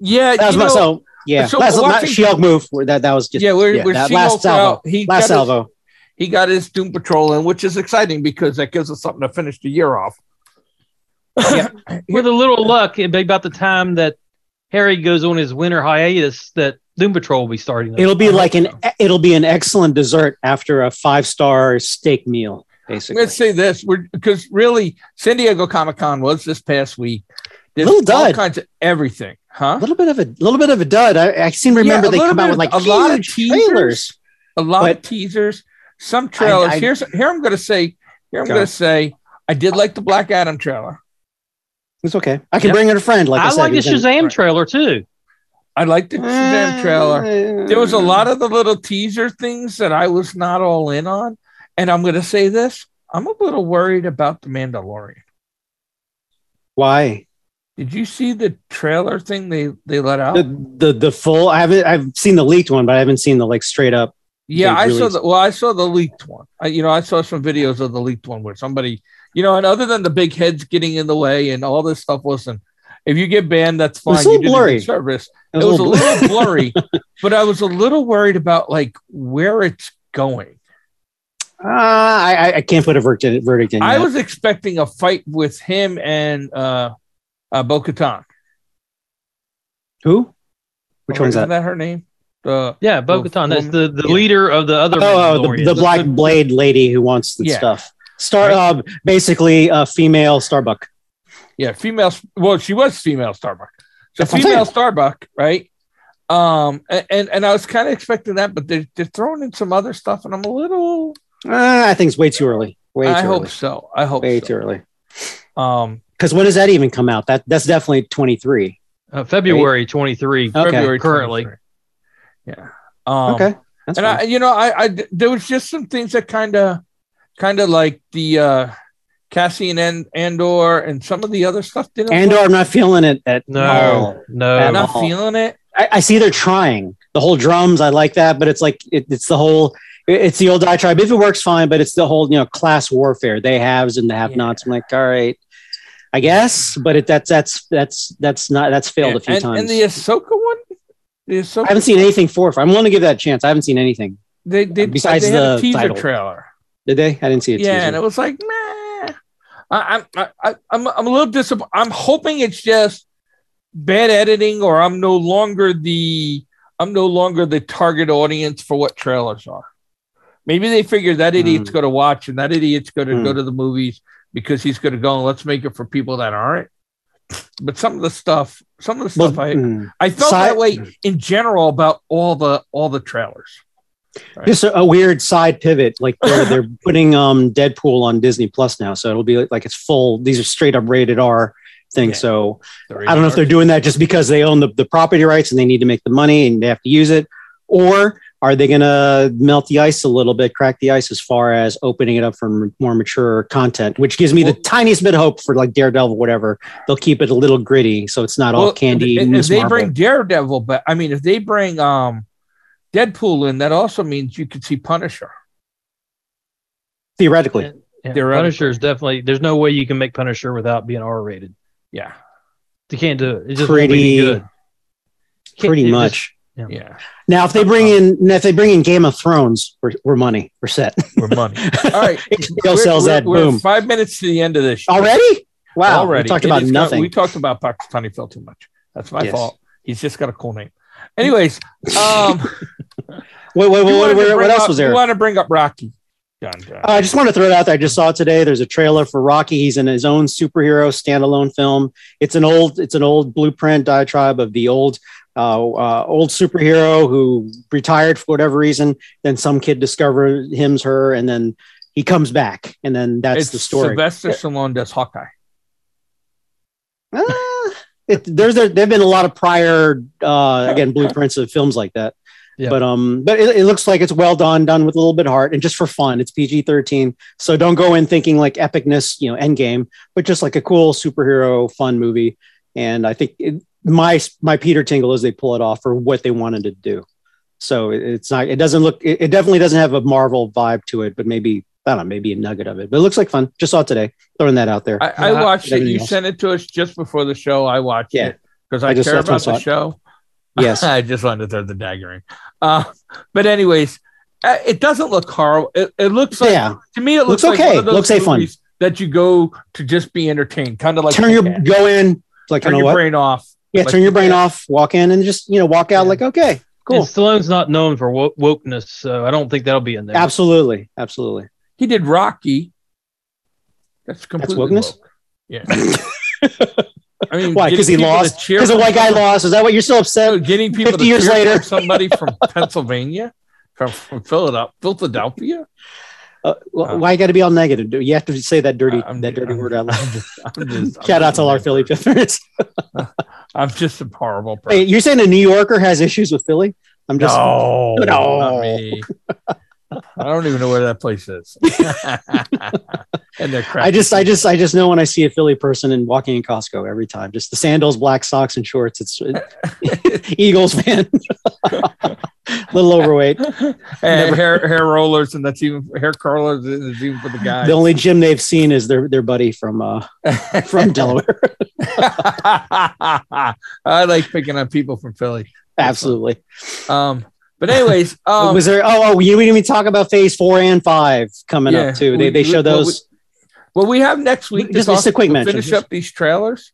Speaker 1: yeah,
Speaker 2: That was
Speaker 1: you
Speaker 2: my,
Speaker 1: know,
Speaker 2: so yeah.
Speaker 1: so
Speaker 2: last,
Speaker 1: watching-
Speaker 2: she move. where That that was just
Speaker 1: yeah, we're,
Speaker 2: yeah,
Speaker 1: we're
Speaker 2: that
Speaker 1: seeing
Speaker 2: last
Speaker 1: also
Speaker 2: salvo.
Speaker 1: how He
Speaker 2: last
Speaker 1: got his-
Speaker 2: salvo.
Speaker 1: he got his Doom Patrol in, which is exciting because that gives us something to finish the year off.
Speaker 3: With a little luck, it'd be about the time that Harry goes on his winter hiatus that Doom Patrol will be starting.
Speaker 2: It'll be
Speaker 1: I
Speaker 2: like
Speaker 1: hope
Speaker 2: an it'll be an excellent dessert after a five star steak meal, basically.
Speaker 1: Let's say this, we're because really, San Diego Comic Con was this past week. There's
Speaker 2: Little
Speaker 1: all
Speaker 2: dud.
Speaker 1: kinds of everything, huh?
Speaker 2: a little bit of a little bit of a dud. I, I seem to
Speaker 1: Yeah,
Speaker 2: remember
Speaker 1: a
Speaker 2: they
Speaker 1: little
Speaker 2: come out
Speaker 1: bit
Speaker 2: with like
Speaker 1: of- a lot of
Speaker 2: huge trailers.
Speaker 1: a lot of
Speaker 2: But-
Speaker 1: teasers, some trailers.
Speaker 2: I-
Speaker 1: Here's here I'm gonna say here I'm
Speaker 2: Go.
Speaker 1: gonna say I did like the Black Adam trailer.
Speaker 2: It's okay. I can
Speaker 3: Yep.
Speaker 2: bring in a friend. Like I,
Speaker 3: I,
Speaker 2: said,
Speaker 3: like the
Speaker 2: who's in-
Speaker 3: Shazam
Speaker 1: right.
Speaker 3: trailer too.
Speaker 1: I liked the Shazam trailer. There was a lot of the little teaser things that I was not all in on, and I'm gonna say this: I'm a little worried about the Mandalorian.
Speaker 2: Why
Speaker 1: Did you see the trailer thing they they let out?
Speaker 2: the, the the full? I haven't. I've seen the leaked one, but I haven't seen the like straight up.
Speaker 1: yeah,
Speaker 2: they
Speaker 1: I saw
Speaker 2: released-
Speaker 1: the well, I saw the leaked one. I, you know, I saw some videos of the leaked one where somebody, you know, and other than the big heads getting in the way and all this stuff. Listen, if you get banned, that's
Speaker 2: was
Speaker 1: fine.
Speaker 2: a
Speaker 1: you
Speaker 2: little
Speaker 1: did a
Speaker 2: blurry.
Speaker 1: good service. It was a
Speaker 2: bl-
Speaker 1: little blurry, but I was a little worried about like where it's going.
Speaker 2: Ah, I I- I can't put a verdict verdict in.
Speaker 1: I
Speaker 2: yet.
Speaker 1: was expecting a fight with him and uh, uh Bo Katan.
Speaker 2: who? Which one's
Speaker 1: Isn't
Speaker 2: that?
Speaker 1: that her name? The
Speaker 3: Yeah, Bo
Speaker 1: The
Speaker 3: Katan. That's
Speaker 1: woman-
Speaker 3: the, the
Speaker 1: yeah.
Speaker 3: leader of the other.
Speaker 2: Oh, oh,
Speaker 3: Mandalorians.
Speaker 2: the, the Black Blade lady who wants the
Speaker 1: Yeah.
Speaker 2: stuff. Star,
Speaker 1: Right.
Speaker 2: uh, basically a female Starbuck.
Speaker 1: yeah, female. Well, she was female Starbuck. So
Speaker 2: That's what I'm
Speaker 1: female Starbuck, right? Um, a- and and I was kind of expecting that, but they're they're throwing in some other stuff, and I'm a little.
Speaker 2: Ah, I think it's way too early. Way
Speaker 1: I
Speaker 2: too
Speaker 1: hope
Speaker 2: early.
Speaker 1: so. I hope
Speaker 2: Way too
Speaker 1: so.
Speaker 2: early.
Speaker 1: Um,
Speaker 2: Because when does that even come out? That that's definitely twenty three.
Speaker 3: uh, February twenty three.
Speaker 2: Okay.
Speaker 1: February
Speaker 3: Currently.
Speaker 1: 23. Yeah. Um,
Speaker 2: okay, that's
Speaker 1: and I,
Speaker 2: fine.
Speaker 1: you know, I, I, there was just some things that kind of, kind of like the uh Cassian and Andor and some of the other stuff didn't.
Speaker 2: Andor, I'm not feeling it at all.
Speaker 3: No,
Speaker 1: I'm
Speaker 2: And
Speaker 3: no.
Speaker 1: not feeling it.
Speaker 2: I, I see they're trying the whole drums. I like that, but it's like it, it's the whole. it- It's the old diatribe. If it works, fine. But it's the whole you know class warfare. They haves and the have nots. I'm like, all right, I guess. But it, that's that's that's that's not that's failed a
Speaker 1: and,
Speaker 2: few
Speaker 1: and,
Speaker 2: times.
Speaker 1: and the Ahsoka one, the
Speaker 2: I
Speaker 1: Ahsoka,
Speaker 2: haven't seen anything for it. I want to give that a chance. I haven't seen anything.
Speaker 1: they, they,
Speaker 2: besides
Speaker 1: they had
Speaker 2: the
Speaker 1: a teaser
Speaker 2: title.
Speaker 1: trailer.
Speaker 2: Did they? I didn't see it.
Speaker 1: yeah, and it was like, meh. I, I'm I, I- I'm I'm a little disappointed. I'm hoping it's just bad editing, or I'm no longer the I'm no longer the target audience for what trailers are. Maybe they figure that idiot's going to watch, and that idiot's going to
Speaker 2: Hmm.
Speaker 1: go to the movies because he's going to go and let's make it for people that aren't. But some of the stuff, some of the
Speaker 2: Well,
Speaker 1: stuff, I
Speaker 2: mm.
Speaker 1: I felt
Speaker 2: sci-
Speaker 1: that way in general about all the all the trailers. Right.
Speaker 2: Just a, a weird side pivot. Like they're, they're putting um, Deadpool on Disney Plus now, so it'll be like it's full. These are straight up rated R things.
Speaker 1: Yeah.
Speaker 2: So I don't know if they're doing that just because they own the, the property rights and they need to make the money and they have to use it, or are they going to melt the ice a little bit, crack the ice as far as opening it up for m- more mature content, which gives me the
Speaker 1: Well-
Speaker 2: tiniest bit of hope for like Daredevil, whatever. They'll keep it a little gritty, so it's not all candy.
Speaker 1: If,
Speaker 2: and
Speaker 1: if they bring Daredevil back, I mean, if they bring um, Deadpool in, that also means you could see Punisher.
Speaker 2: theoretically,
Speaker 3: Yeah,
Speaker 1: They're
Speaker 3: Punisher is definitely. There's no way you can make Punisher without being R rated.
Speaker 1: Yeah,
Speaker 3: You can't do it. It just won't
Speaker 2: pretty,
Speaker 3: be good. Can't- it
Speaker 2: pretty
Speaker 3: just-
Speaker 2: much.
Speaker 1: yeah,
Speaker 2: Now, if they bring
Speaker 1: Uh-huh.
Speaker 2: in, now, if they bring in Game of Thrones, we're, we're money, we're set.
Speaker 1: we're money. All right,
Speaker 2: HBO sells that.
Speaker 1: we're
Speaker 2: Boom.
Speaker 1: five minutes to the end of this. show.
Speaker 2: Already? Wow.
Speaker 1: Already.
Speaker 2: We talked
Speaker 1: It
Speaker 2: about
Speaker 1: is go-
Speaker 2: nothing.
Speaker 1: we talked about Pakistani Phil too much. That's my
Speaker 2: Yes.
Speaker 1: fault. He's just got a cool name. Anyways, um,
Speaker 2: wait, wait, wait,
Speaker 1: you wanted
Speaker 2: wait,
Speaker 1: to
Speaker 2: wait,
Speaker 1: bring
Speaker 2: what else
Speaker 1: up-
Speaker 2: was
Speaker 1: You
Speaker 2: there? Oh,
Speaker 1: want to bring up Rocky? John, John.
Speaker 2: Uh, I just want to throw it out there. I just saw it today. There's a trailer for Rocky. He's in his own superhero standalone film. It's an old, it's an old blueprint diatribe of the old, uh, uh, old superhero who retired for whatever reason. Then some kid discovers him's her, and then he comes back, and then that's
Speaker 1: it's
Speaker 2: the story.
Speaker 1: Sylvester Stallone does Hawkeye.
Speaker 2: Ah, it, there's there, there've been a lot of prior uh, again blueprints of films like that.
Speaker 3: Yeah.
Speaker 2: But um, but it, it looks like it's well done, done with a little bit of heart and just for fun. It's PG thirteen, so don't go in thinking like epicness, you know, Endgame, but just like a cool superhero fun movie. And I think it, my my Peter Tingle is they pull it off for what they wanted to do. So it- it's not, it doesn't look, it, it definitely doesn't have a Marvel vibe to it, but maybe I don't know, maybe a nugget of it. But it looks like fun. Just saw it today, throwing that out there.
Speaker 1: I, I
Speaker 3: Yeah.
Speaker 1: watched it.
Speaker 2: Everything
Speaker 1: You
Speaker 2: else.
Speaker 1: sent it to us just before the show. I watched
Speaker 2: Yeah.
Speaker 1: it because
Speaker 2: I
Speaker 1: I,
Speaker 2: just-
Speaker 1: care
Speaker 2: that's when I
Speaker 1: about
Speaker 2: saw
Speaker 1: the
Speaker 2: it.
Speaker 1: show.
Speaker 2: yes,
Speaker 1: I just wanted to throw the dagger in. Uh, but anyways, uh, it doesn't look horrible. It, it looks like
Speaker 2: yeah.
Speaker 1: to me. It looks,
Speaker 2: Looks
Speaker 1: like
Speaker 2: okay.
Speaker 1: One of those
Speaker 2: Looks like fun.
Speaker 1: movies That you go to just be entertained, kind of like
Speaker 2: turn your
Speaker 1: Kick-Ass.
Speaker 2: go in, like
Speaker 1: turn
Speaker 2: you know
Speaker 1: your
Speaker 2: what?
Speaker 1: brain off.
Speaker 2: yeah,
Speaker 1: like
Speaker 2: turn your
Speaker 1: Kick-Ass.
Speaker 2: brain off, walk in, and just you know walk out
Speaker 3: Yeah.
Speaker 2: like okay, cool,
Speaker 3: And Stallone's not known for wo- wokeness, so I don't think that'll be in there.
Speaker 2: absolutely, absolutely.
Speaker 1: He did Rocky. That's completely
Speaker 2: wokeness?
Speaker 1: woke. Yeah. I mean,
Speaker 2: Why? Because he
Speaker 1: getting people to
Speaker 2: lost.
Speaker 1: cheer
Speaker 2: Because a
Speaker 1: for
Speaker 2: white guy
Speaker 1: some-
Speaker 2: lost. Is that what you're still upset?
Speaker 1: Getting people
Speaker 2: 50
Speaker 1: to
Speaker 2: years
Speaker 1: cheer
Speaker 2: later.
Speaker 1: for somebody from Pennsylvania, from, from Philadelphia, Philadelphia.
Speaker 2: Uh,
Speaker 1: Uh,
Speaker 2: wh- why you got to be all negative? dude? You have to say that dirty
Speaker 1: I'm-
Speaker 2: that dirty
Speaker 1: I'm-
Speaker 2: word out loud.
Speaker 1: I'm just- I'm just- I'm
Speaker 2: Shout out
Speaker 1: just
Speaker 2: to all our
Speaker 1: mad.
Speaker 2: Philly Pippers.
Speaker 1: I'm just a horrible person.
Speaker 2: Hey, you're saying a New Yorker has issues with Philly? I'm just
Speaker 1: no,
Speaker 2: No.
Speaker 1: not me. I don't even know where that place is. and they're crap.
Speaker 2: I just, I just, I just know when I see a Philly person and walking in Costco every time, just the sandals, black socks, and shorts. It's Eagles fan, little overweight.
Speaker 1: and
Speaker 2: never-
Speaker 1: hair hair rollers, and that's even hair curlers is even for the guys.
Speaker 2: The only gym they've seen is their their buddy from uh, from Delaware.
Speaker 1: I like picking on people from Philly.
Speaker 2: Absolutely.
Speaker 1: Um, but anyways, um,
Speaker 2: was there? Oh, oh, you we didn't even talk about Phase Four and Five coming
Speaker 1: Yeah,
Speaker 2: up too. They
Speaker 1: we-
Speaker 2: they
Speaker 1: we-
Speaker 2: show
Speaker 1: well, we-
Speaker 2: those.
Speaker 1: what we have next week to
Speaker 2: Just- just
Speaker 1: talk-
Speaker 2: a quick
Speaker 1: to
Speaker 2: mention,
Speaker 1: finish
Speaker 2: just-
Speaker 1: up these trailers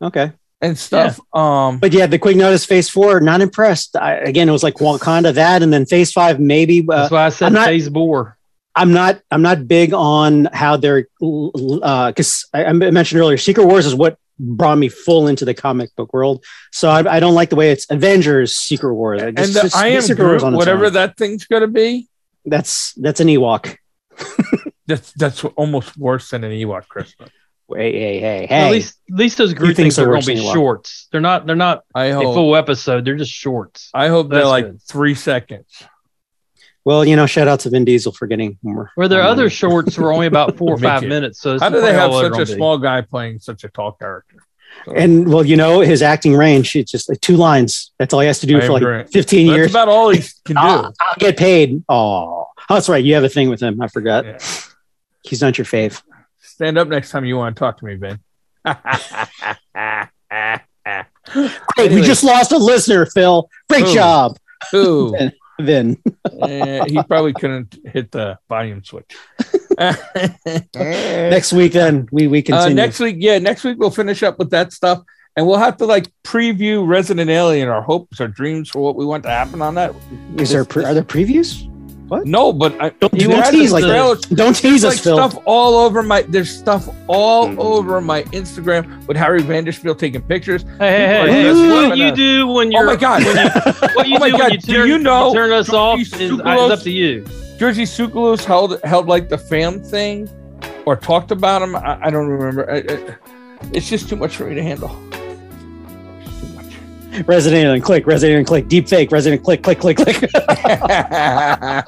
Speaker 2: okay,
Speaker 1: and stuff. Um,
Speaker 2: but yeah, the quick notice Phase Four. Not impressed. I, again, it was like Wakanda that, and then Phase Five maybe. Uh,
Speaker 3: That's why I said
Speaker 2: I'm not-
Speaker 3: phase four.
Speaker 2: I'm not I'm not big on how they're because I, I mentioned earlier, Secret Wars is what brought me full into the comic book world. So I, I don't like the way it's Avengers Secret Wars. I
Speaker 1: and
Speaker 2: just-
Speaker 1: the
Speaker 2: just-
Speaker 1: I am
Speaker 2: Secret
Speaker 1: Groot,
Speaker 2: Wars on its
Speaker 1: whatever
Speaker 2: own.
Speaker 1: that thing's going to be.
Speaker 2: that's that's an Ewok.
Speaker 1: That's that's almost worse than an Ewok Christmas.
Speaker 2: Hey hey hey
Speaker 3: Well, at
Speaker 2: hey.
Speaker 3: least, at least those group
Speaker 2: think
Speaker 3: things
Speaker 2: so,
Speaker 3: are going to
Speaker 2: Roxanne,
Speaker 3: be
Speaker 2: why?
Speaker 3: shorts. They're not. They're not
Speaker 1: I
Speaker 3: a
Speaker 1: hope.
Speaker 3: full episode. They're just shorts.
Speaker 1: I hope they're
Speaker 3: That's
Speaker 1: like
Speaker 3: good.
Speaker 1: three seconds.
Speaker 2: Well, you know, shout out to Vin Diesel for getting more. Um,
Speaker 3: Where their
Speaker 2: more
Speaker 3: other
Speaker 2: money.
Speaker 3: shorts were only about four or
Speaker 1: Me
Speaker 3: five
Speaker 1: too.
Speaker 3: minutes. So it's
Speaker 1: How do they
Speaker 3: probably
Speaker 1: have
Speaker 3: all they're
Speaker 1: such a
Speaker 3: gonna be.
Speaker 1: small guy playing such a tall character?
Speaker 2: And well, you know, his acting range, it's just like two lines. That's all he has to do
Speaker 1: I
Speaker 2: for like
Speaker 1: agree.
Speaker 2: 15
Speaker 1: That's
Speaker 2: years.
Speaker 1: about all he can do.
Speaker 2: I'll, I'll get paid. Oh, that's right. You have a thing with him. I forgot.
Speaker 1: Yeah.
Speaker 2: He's not your fave.
Speaker 1: Stand up next time you want to talk to me, Ben.
Speaker 2: Hey, we
Speaker 1: Anyway.
Speaker 2: just lost a listener, Phil. Great
Speaker 1: Boom.
Speaker 2: job,
Speaker 1: Ooh,
Speaker 2: Vin.
Speaker 1: eh, he probably couldn't hit the volume switch.
Speaker 2: Next week, then we we
Speaker 1: Uh,
Speaker 2: continue.
Speaker 1: next week, yeah, next week we'll finish up with that stuff, and we'll have to like preview Resident Alien, our hopes, our dreams for what we want to happen on that.
Speaker 2: Is there pre- are there previews?
Speaker 1: No, but I,
Speaker 2: Don't-
Speaker 1: you
Speaker 2: don't
Speaker 1: had
Speaker 2: tease
Speaker 1: the
Speaker 2: like that.
Speaker 1: trailer
Speaker 2: Don't tease
Speaker 1: There's
Speaker 2: us,
Speaker 1: like
Speaker 2: Phil.
Speaker 1: stuff all over my there's stuff all over my Instagram with Harry Vanderspiel taking pictures.
Speaker 3: Hey, hey,
Speaker 1: People are
Speaker 3: hey, hey,
Speaker 1: just
Speaker 3: what
Speaker 1: flipping
Speaker 3: you
Speaker 1: us.
Speaker 3: do when you're
Speaker 1: oh my god.
Speaker 3: when you, what you
Speaker 1: Oh my
Speaker 3: do
Speaker 1: God,
Speaker 3: when you
Speaker 1: do
Speaker 3: turn,
Speaker 1: you know
Speaker 3: turn us
Speaker 1: Johnny
Speaker 3: off is, is
Speaker 1: Sucralose-
Speaker 3: up to you.
Speaker 1: Jersey Sukulus held held like the fam thing or talked about him. I, I don't remember. I, I- it's just too much for me to handle. It's too much.
Speaker 2: Resident Alien, click. Resident Alien, click. Deep fake. Resident click, click, click, click.
Speaker 1: uh,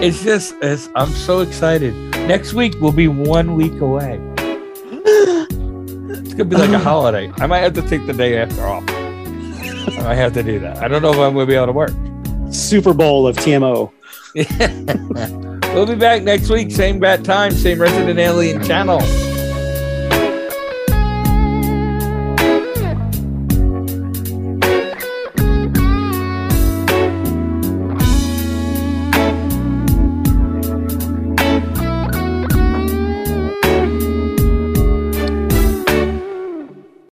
Speaker 1: it's just it's, I'm so excited. Next week will be one week away. It's gonna be like a holiday. I might have to take the day after off. I might have to do that. I don't know if I'm gonna be able to work.
Speaker 2: Super Bowl of TMO.
Speaker 1: we'll be back next week, same bat time, same Resident Alien channel.